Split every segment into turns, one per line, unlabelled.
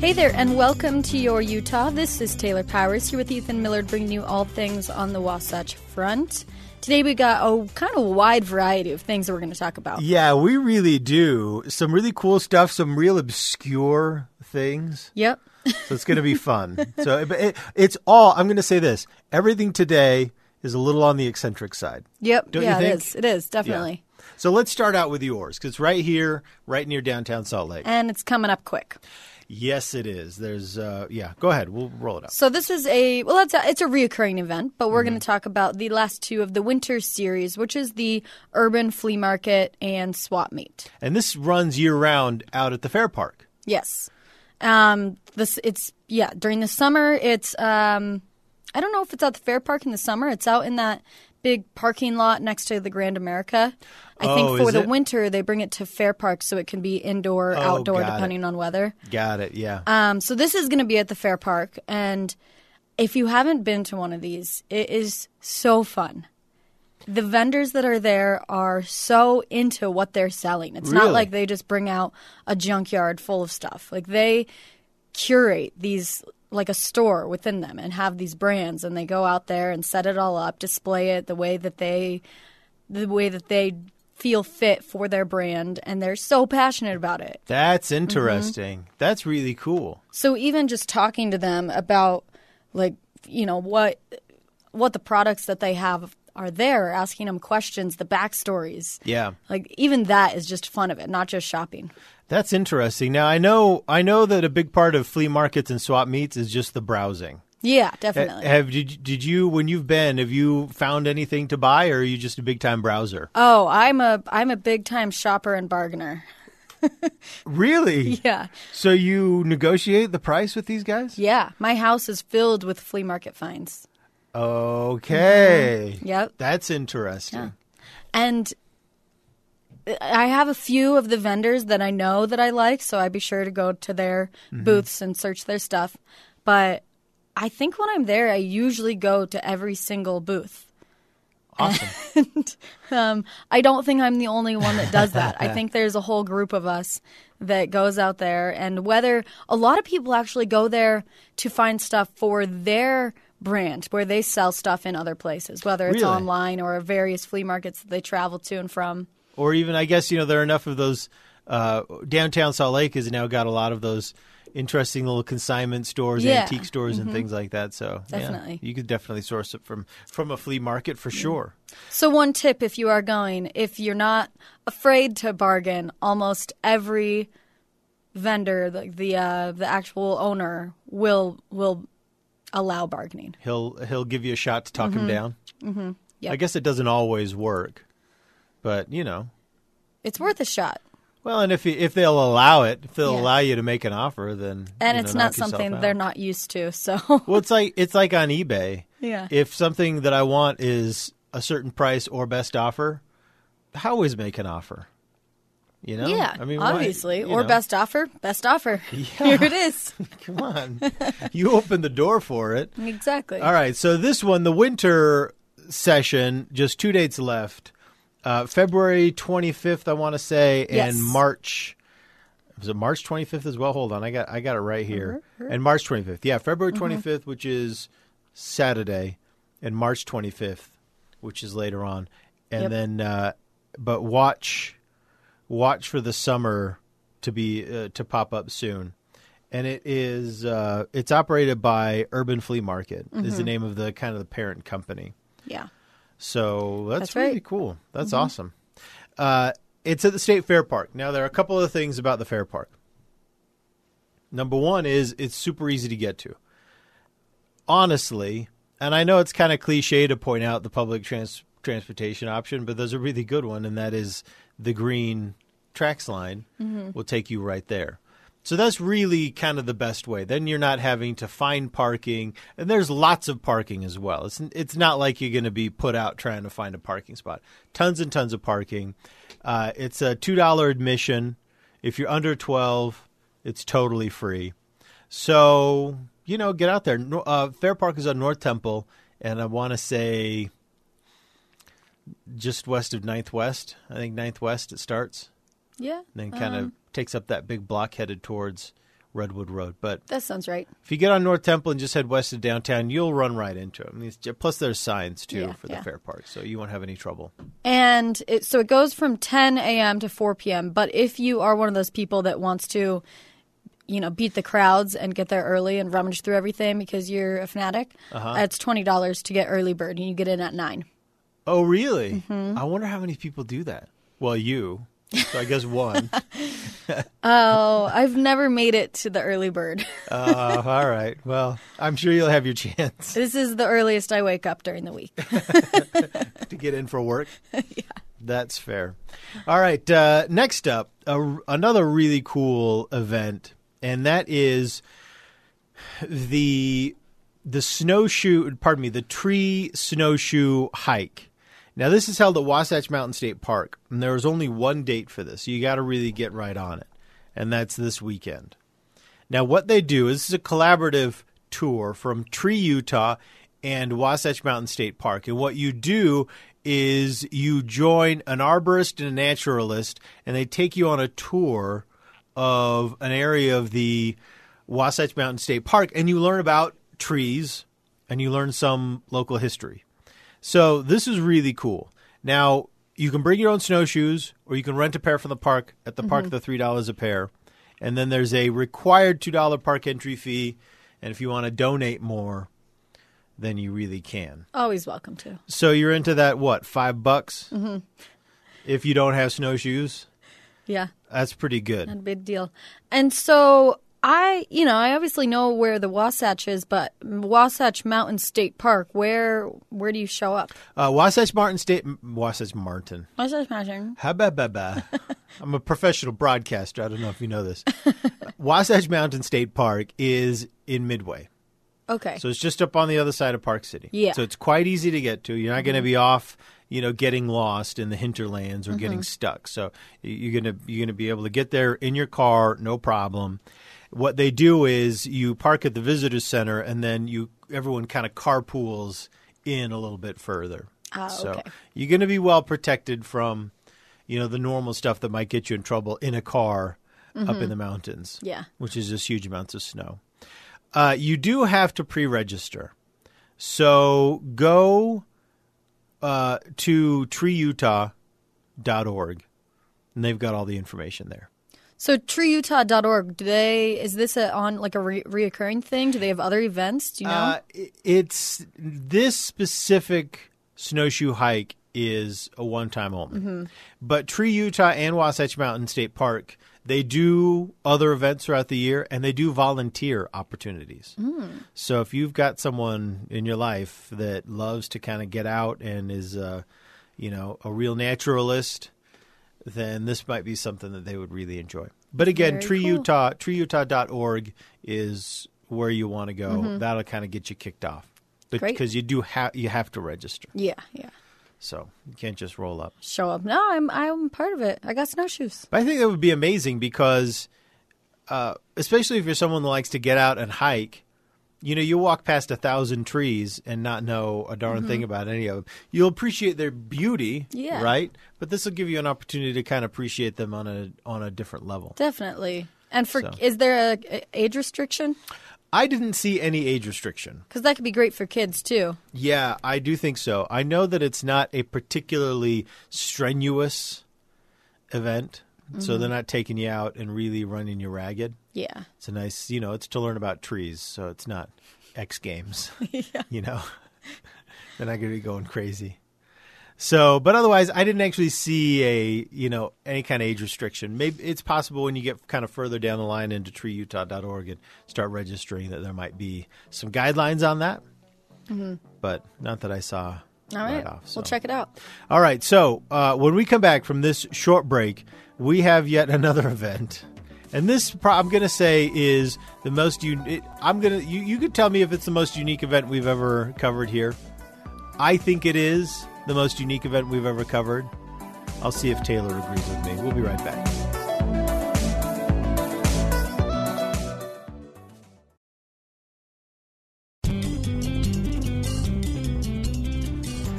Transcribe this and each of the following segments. Hey there, and welcome to Your Utah. This is Taylor Powers here with Ethan Millard, bringing you all things on the Wasatch Front. Today we got a kind of wide variety of things that we're going to talk about.
Yeah, we really do. Some really cool stuff, some real obscure things.
Yep.
So it's going to be fun. so it, it, it's all, I'm going to say this everything today is a little on the eccentric side.
Yep.
Don't you
yeah, it
think?
is. It is, definitely.
So let's start out with yours because it's right here, right near downtown Salt Lake.
And it's coming up quick.
Yes, it is. There's, uh, yeah, go ahead. We'll roll it up.
So this is a well, it's a, it's a reoccurring event, but we're
Mm-hmm.
going to talk about the last two of the winter series, which is the urban flea market and swap meet.
And this runs year round out at the fair park.
Yes, um, this it's yeah during the summer. It's um, I don't know if it's at the fair park in the summer. It's out in that big parking lot next to the Grand America. I
Oh,
think for
is
the
it?
winter they bring it to fair park so it can be indoor,
Oh,
outdoor,
got it.
depending on weather.
Got it. Yeah.
Um, so this is going to be at the fair park, and if you haven't been to one of these, it is so fun. The vendors that are there are so into what they're selling. It's not
Really?
like they just bring out a junkyard full of stuff. Like they curate these like a store within them and have these brands and they go out there and set it all up, display it the way that they the way that they feel fit for their brand and they're so passionate about it.
That's interesting. That's really cool.
So even just talking to them about like you know what what the products that they have are there, asking them questions, the backstories.
Yeah.
Like even that is just fun of it, not just shopping.
That's interesting. Now I know I know that a big part of flea markets and swap meets is just the browsing.
Yeah,
Ha-
definitely.
Have did, did you when you've been have you found anything to buy or are you just a big time browser?
oh, I'm a I'm a big time shopper and bargainer.
Really?
Yeah.
So you negotiate the price with these guys?
Yeah, my house is filled with flea market finds.
Okay.
Mm-hmm. Yep.
That's interesting.
And I have a few of the vendors that I know that I like, so I'd be sure to go to their
Mm-hmm.
booths and search their stuff. But I think when I'm there, I usually go to every single booth.
Awesome.
And um, I don't think I'm the only one that does that. I think there's a whole group of us that goes out there, and whether a lot of people actually go there to find stuff for their brand where they sell stuff in other places, whether it's
Really?
online or various flea markets that they travel to and from.
or even I guess you know there are enough of those. Uh, downtown Salt Lake has now got a lot of those interesting little consignment stores,
Yeah. Mm-hmm.
antique stores, and things like that. So yeah,
Definitely.
you could definitely source it from from a flea market for sure.
So, one tip if you are going, if you're not afraid to bargain, almost every vendor, like the uh, the actual owner, will will allow bargaining.
He'll he'll give you a shot to talk him down. Mm-hmm.
Yep.
I guess it doesn't always work, but you know.
It's worth a shot,
Well, and if you- if they'll allow it, if they'll
Yeah.
allow you to make an offer, then
and
you know,
it's
knock
not
yourself
something
out.
they're not used to. So,
Well, it's like it's like on eBay.
Yeah.
If something that I want is a certain price or best offer, I always make an offer. You know.
yeah,
I mean, why-
obviously,
you
or
know,
best offer, best offer. Here it is,
Come on, you open the door for it.
exactly.
All right. So this one, the winter session, just two dates left. Uh, February 25th, I want to say,
Yes.
and March. Was it March 25th as well? Hold on, I got I got it right here.
Uh-huh,
And March 25th, yeah, February 25th, which is Saturday, and March 25th, which is later on, and
Yep.
then uh, but watch watch for the summer to be uh, to pop up soon. and it is uh, it's operated by Urban Flea Market is
Mm-hmm.
the name of the kind of the parent company.
Yeah.
So that's,
That's
really
right.
cool. That's awesome. Uh, it's at the State Fair Park. Now there are a couple of things about the fair park. Number one is it's super easy to get to. Honestly, and I know it's kind of cliche to point out the public trans- transportation option, but there's a really good one, and that is the green tracks line will take you right there. So that's really kind of the best way. Then you're not having to find parking, and there's lots of parking as well. It's it's not like you're going to be put out trying to find a parking spot. Tons and tons of parking. Uh, it's a two dollar admission. If you're under twelve, it's totally free. So you know, get out there. No- Uh, Fair Park is on North Temple, and I want to say just west of Ninth West. I think Ninth West it starts,
Yeah.
and then
Mm-hmm.
kind of takes up that big block headed towards Redwood Road. But
That sounds right.
if you get on North Temple and just head west of downtown, you'll run right into it. I mean, it's ju- plus, there's signs too
Yeah,
for the
yeah.
Fair Park, so you won't have any trouble.
And it, so it goes from 10 a.m. to 4 p.m. But if you are one of those people that wants to, you know, beat the crowds and get there early and rummage through everything because you're a fanatic, uh it's $20 to get early bird and you get in at 9.
Oh, really?
Mm-hmm.
I wonder how many people do that. Well, you. So I guess one.
Oh, I've never made it to the early bird.
Uh, all right. Well, I'm sure you'll have your chance
this is the earliest I wake up during the week.
to get in for work. That's fair. All right. Uh, next up, a, another really cool event, and that is the the snowshoe. Pardon me, the tree snowshoe hike. Now, this is held at Wasatch Mountain State Park, and there is only one date for this. So you got to really get right on it, and that's this weekend. Now, what they do is this is a collaborative tour from Tree, Utah, and Wasatch Mountain State Park. And what you do is you join an arborist and a naturalist, and they take you on a tour of an area of the Wasatch Mountain State Park, and you learn about trees and you learn some local history. So this is really cool. Now you can bring your own snowshoes, or you can rent a pair from the park. At the park, the three dollars a pair, and then there's a required two dollar park entry fee. And if you want to donate more, then you really can.
Always welcome to.
So you're into that what five bucks? Mm-hmm. If you don't have snowshoes,
Yeah.
that's pretty good.
Not a big deal. And so I, you know, I obviously know where the Wasatch is, but Wasatch Mountain State Park, where where do you show up?
Uh, Wasatch Martin State, Wasatch Martin.
Wasatch Mountain.
Ha-ba-ba-ba. I'm a professional broadcaster. I don't know if you know this. Wasatch Mountain State Park is in Midway.
Okay.
So it's just up on the other side of Park City.
Yeah. Mm-hmm.
So it's quite easy to get to. You're not going to be off, you know, getting lost in the hinterlands or
Mm-hmm.
getting stuck. So y- you're going to you're going to be able to get there in your car, no problem. What they do is you park at the visitor center, and then you everyone kind of carpools in a little bit further.
Ah,
so
okay.
you're going to be well protected from, you know, the normal stuff that might get you in trouble in a car up in the mountains.
Yeah.
which is just huge amounts of snow. Uh, you do have to pre-register. So go uh, to treeutah.org, and they've got all the information there.
So treeutah.org, do they is this a, on like a re- reoccurring thing? Do they have other events? Do you know?
Uh, i- it's this specific snowshoe hike is a one-time only,
Mm-hmm.
but Tree Utah and Wasatch Mountain State Park they do other events throughout the year, and they do volunteer opportunities.
Mm.
So if you've got someone in your life that loves to kind of get out and is, uh, you know, a real naturalist, then this might be something that they would really enjoy. But again,
Very
Tree
cool.
Utah, treeutah.org is where you want to go. That'll kind of get you kicked off.
Mm-hmm. Great.
Because you do have you have to register,
yeah, yeah.
so you can't just roll up.
Show up. No, I'm I'm part of it. I got snowshoes.
But I think that would be amazing because, uh, especially if you're someone that likes to get out and hike, you know, you walk past a thousand trees and not know a darn thing about any of them. You'll appreciate their beauty,
Mm-hmm. Yeah.
right? But this will give you an opportunity to kind of appreciate them on a on a different level.
Definitely. And for
So.
is there a, a age restriction?
I didn't see any age restriction.
Cuz that could be great for kids too.
Yeah, I do think so. I know that it's not a particularly strenuous event, so they're not taking you out and really running you ragged.
Yeah.
It's a nice, you know, it's to learn about trees, so it's not X Games. You know, then I could be going crazy. So, but otherwise, I didn't actually see a you know any kind of age restriction. Maybe it's possible when you get kind of further down the line into treeutah.org and start registering that there might be some guidelines on that. But not that I saw
Mm-hmm. All right.
right off.
We'll
so.
check it out.
All right. So uh, when we come back from this short break, we have yet another event, and this pro- I'm going to say is the most. Un- it, I'm going to you. You could tell me if it's the most unique event we've ever covered here. I think it is the most unique event we've ever covered. I'll see if Taylor agrees with me. We'll be right back.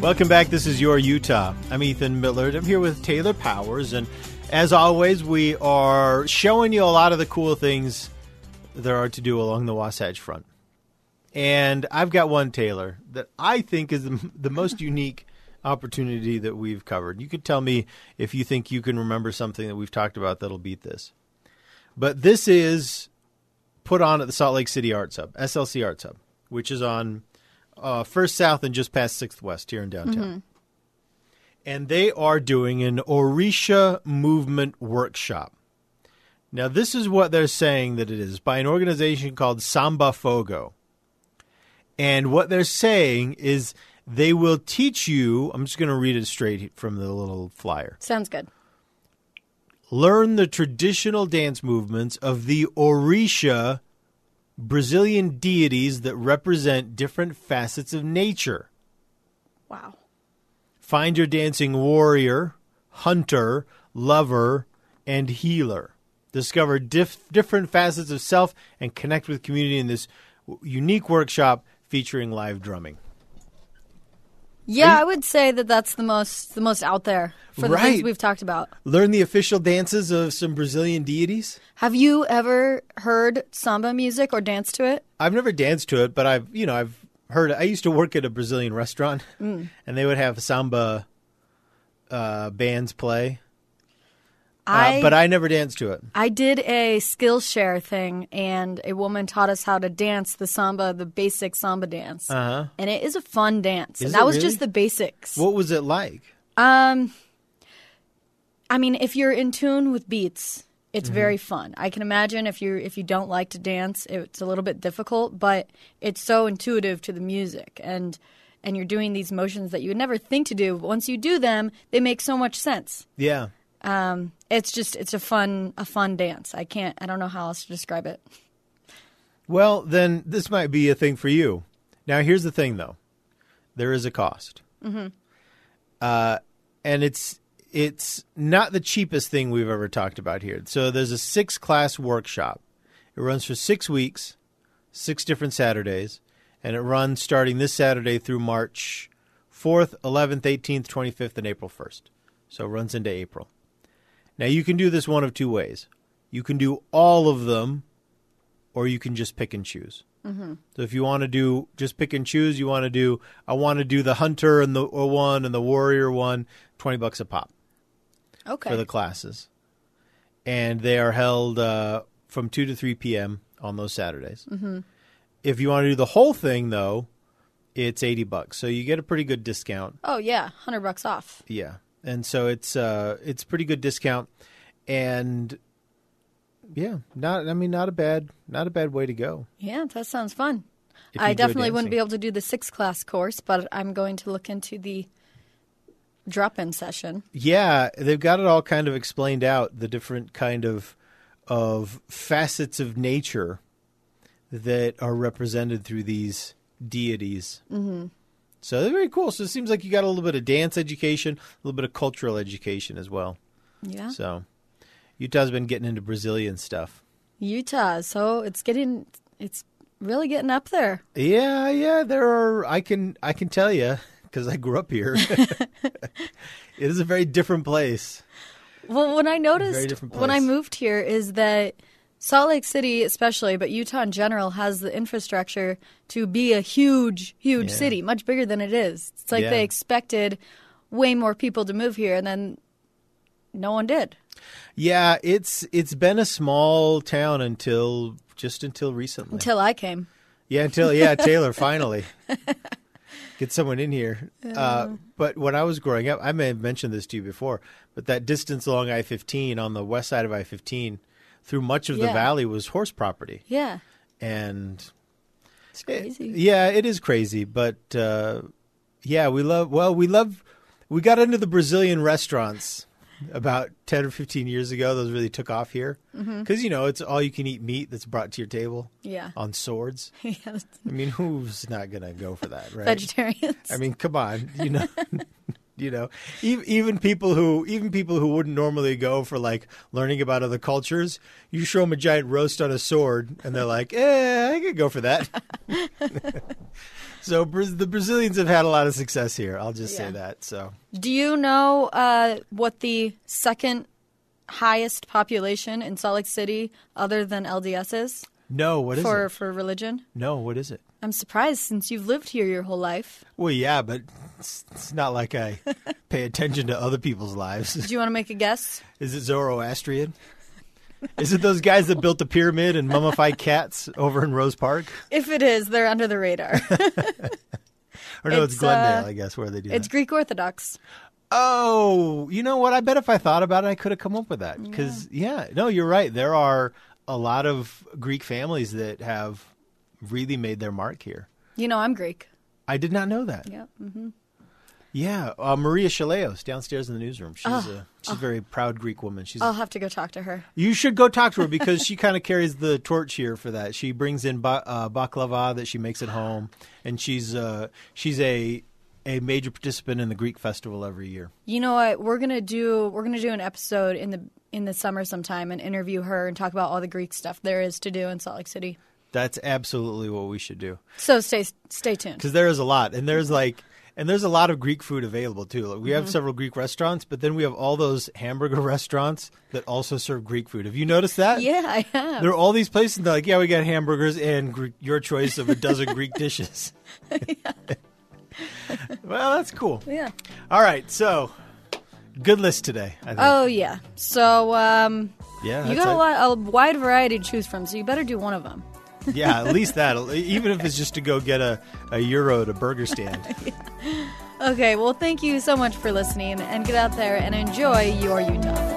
Welcome back. This is Your Utah. I'm Ethan Millard. I'm here with Taylor Powers. And as always, we are showing you a lot of the cool things there are to do along the Wasatch Front. And I've got one, Taylor, that I think is the, the most unique opportunity that we've covered. You could tell me if you think you can remember something that we've talked about that'll beat this. But this is put on at the Salt Lake City Arts Hub, SLC Arts Hub, which is on uh, First South and just past Sixth West here in downtown. And they are doing an Orisha movement workshop. Now, this is what they're saying that it is by an organization called Samba Fogo. And what they're saying is they will teach you, I'm just going to read it straight from the little flyer
Sounds good.
learn the traditional dance movements of the Orisha Brazilian deities that represent different facets of nature.
Wow.
Find your dancing warrior, hunter, lover, and healer. Discover dif- different facets of self and connect with community in this w- unique workshop featuring live drumming.
Yeah, I would say that that's the most the most out there for the things
Right.
we've talked about.
Learn the official dances of some Brazilian deities.
Have you ever heard samba music or danced to it?
I've never danced to it, but I've you know I've heard. I used to work at a Brazilian restaurant, and they would have samba uh, bands play, uh,
I
but I never danced to it.
I did a Skillshare thing, and a woman taught us how to dance the samba, the basic samba dance, uh-huh. and it is a fun dance.
Is
and
it
that was
really?
just the basics.
What was it like?
Um, I mean, if you're in tune with beats, it's
Mm-hmm.
very fun. I can imagine if you if you don't like to dance, it's a little bit difficult, but it's so intuitive to the music and and you're doing these motions that you would never think to do. But once you do them, they make so much sense.
Yeah,
Um, it's just it's a fun a fun dance. I can't I don't know how else to describe it.
Well, then this might be a thing for you. Now, here's the thing, though. There is a cost, mm-hmm. uh, and it's it's not the cheapest thing we've ever talked about here. So there's a six class workshop. It runs for six weeks, six different Saturdays, and it runs starting this Saturday through March fourth, eleventh, eighteenth, twenty fifth, and April first. So it runs into April. Now you can do this one of two ways. You can do all of them or you can just pick and choose. So if you want to do just pick and choose, you want to do I want to do the hunter and the or one and the warrior one, twenty bucks a pop
Okay.
for the classes, and they are held uh, from two to three p.m. on those Saturdays. Mm-hmm. If you want to do the whole thing though, it's eighty bucks, so you get a pretty good discount.
oh yeah, hundred bucks off.
Yeah, and so it's uh it's pretty good discount, and yeah, not I mean not a bad not a bad way to go.
Yeah, that sounds fun.
If you
I
enjoy
definitely wouldn't be
dancing.
able to do the sixth class course, but I'm going to look into the drop in session.
Yeah, they've got it all kind of explained out the different kind of of facets of nature that are represented through these deities. Mm-hmm. So they're very cool. So it seems like you got a little bit of dance education, a little bit of cultural education as well.
Yeah.
So Utah's been getting into Brazilian stuff.
Utah, so it's getting it's really getting up there.
Yeah, yeah, there are. I can I can tell you because I grew up here. it is a very different place.
Well, what I noticed
different
when I
place.
moved here is that Salt Lake City, especially, but Utah in general, has the infrastructure to be a huge, huge
Yeah.
city, much bigger than it is. It's like
Yeah.
they expected way more people to move here, and then no one did.
Yeah, it's it's been a small town until just until recently.
Until I came.
Yeah, until yeah, Taylor finally get someone in here. Uh, but when I was growing up, I may have mentioned this to you before, but that distance along I fifteen on the west side of I fifteen, through much of the
Yeah.
valley was horse property,
Yeah.
and
It's crazy.
yeah, it is crazy. But uh, yeah, we love. Well, we love. We got into the Brazilian restaurants about ten or fifteen years ago. Those really took off here because you know it's all you can eat meat that's brought to your table.
Mm-hmm. Yeah.
on swords.
yeah.
I mean, who's not gonna go for that, right?
Vegetarians.
I mean, come on, you know, you know, even, even people who even people who wouldn't normally go for like learning about other cultures, you show them a giant roast on a sword, and they're like, "Eh, I could go for that." so Braz- the Brazilians have had a lot of success here. I'll just
Yeah.
say that. So
Do you know uh, what the second highest population in Salt Lake City, other than LDS, is
no, what is
for
it?
for religion?
No, what is it?
I'm surprised since you've lived here your whole life.
Well, yeah, but it's, it's not like I pay attention to other people's lives.
Do you want to make a guess?
Is it Zoroastrian? Is it those guys that built the pyramid and mummified cats over in Rose Park?
If it is, they're under the radar.
Or no, it's,
It's,
Glendale,
uh,
I guess, where they do
it's
that.
Greek Orthodox.
Oh, you know what? I bet if I thought about it, I could have come up with that. Because yeah, no, you're right. There are a lot of Greek families that have really made their mark here.
You know, I'm Greek.
I did not know that.
Yep.
Yeah, uh, Maria Chaleos downstairs in the newsroom. She's a she's a very proud Greek woman. She's
I'll have to go talk to her.
You should go talk to her because she kind of carries the torch here for that. She brings in ba- uh, baklava that she makes at home, and she's uh, she's a a major participant in the Greek festival every year.
You know what? We're gonna do we're gonna do an episode in the in the summer sometime and interview her and talk about all the Greek stuff there is to do in Salt Lake City.
That's absolutely what we should do
So stay stay tuned.
because there is a lot, and there's like. And there's a lot of Greek food available too. Like, we
Mm-hmm.
have several Greek restaurants, but then we have all those hamburger restaurants that also serve Greek food. Have you noticed that?
Yeah, I have.
There are all these places and they're like, yeah, we got hamburgers and Gre- your choice of a dozen Greek dishes. well, that's cool.
Yeah.
All right, so good list today. I think.
Oh yeah. So um,
yeah,
you
that's
got a
it.
lot, a wide variety to choose from. So you better do one of them.
yeah, at least that. Even if it's just to go get a, a euro at a burger stand.
Okay. Well, thank you so much for listening, and get out there and enjoy your Utah.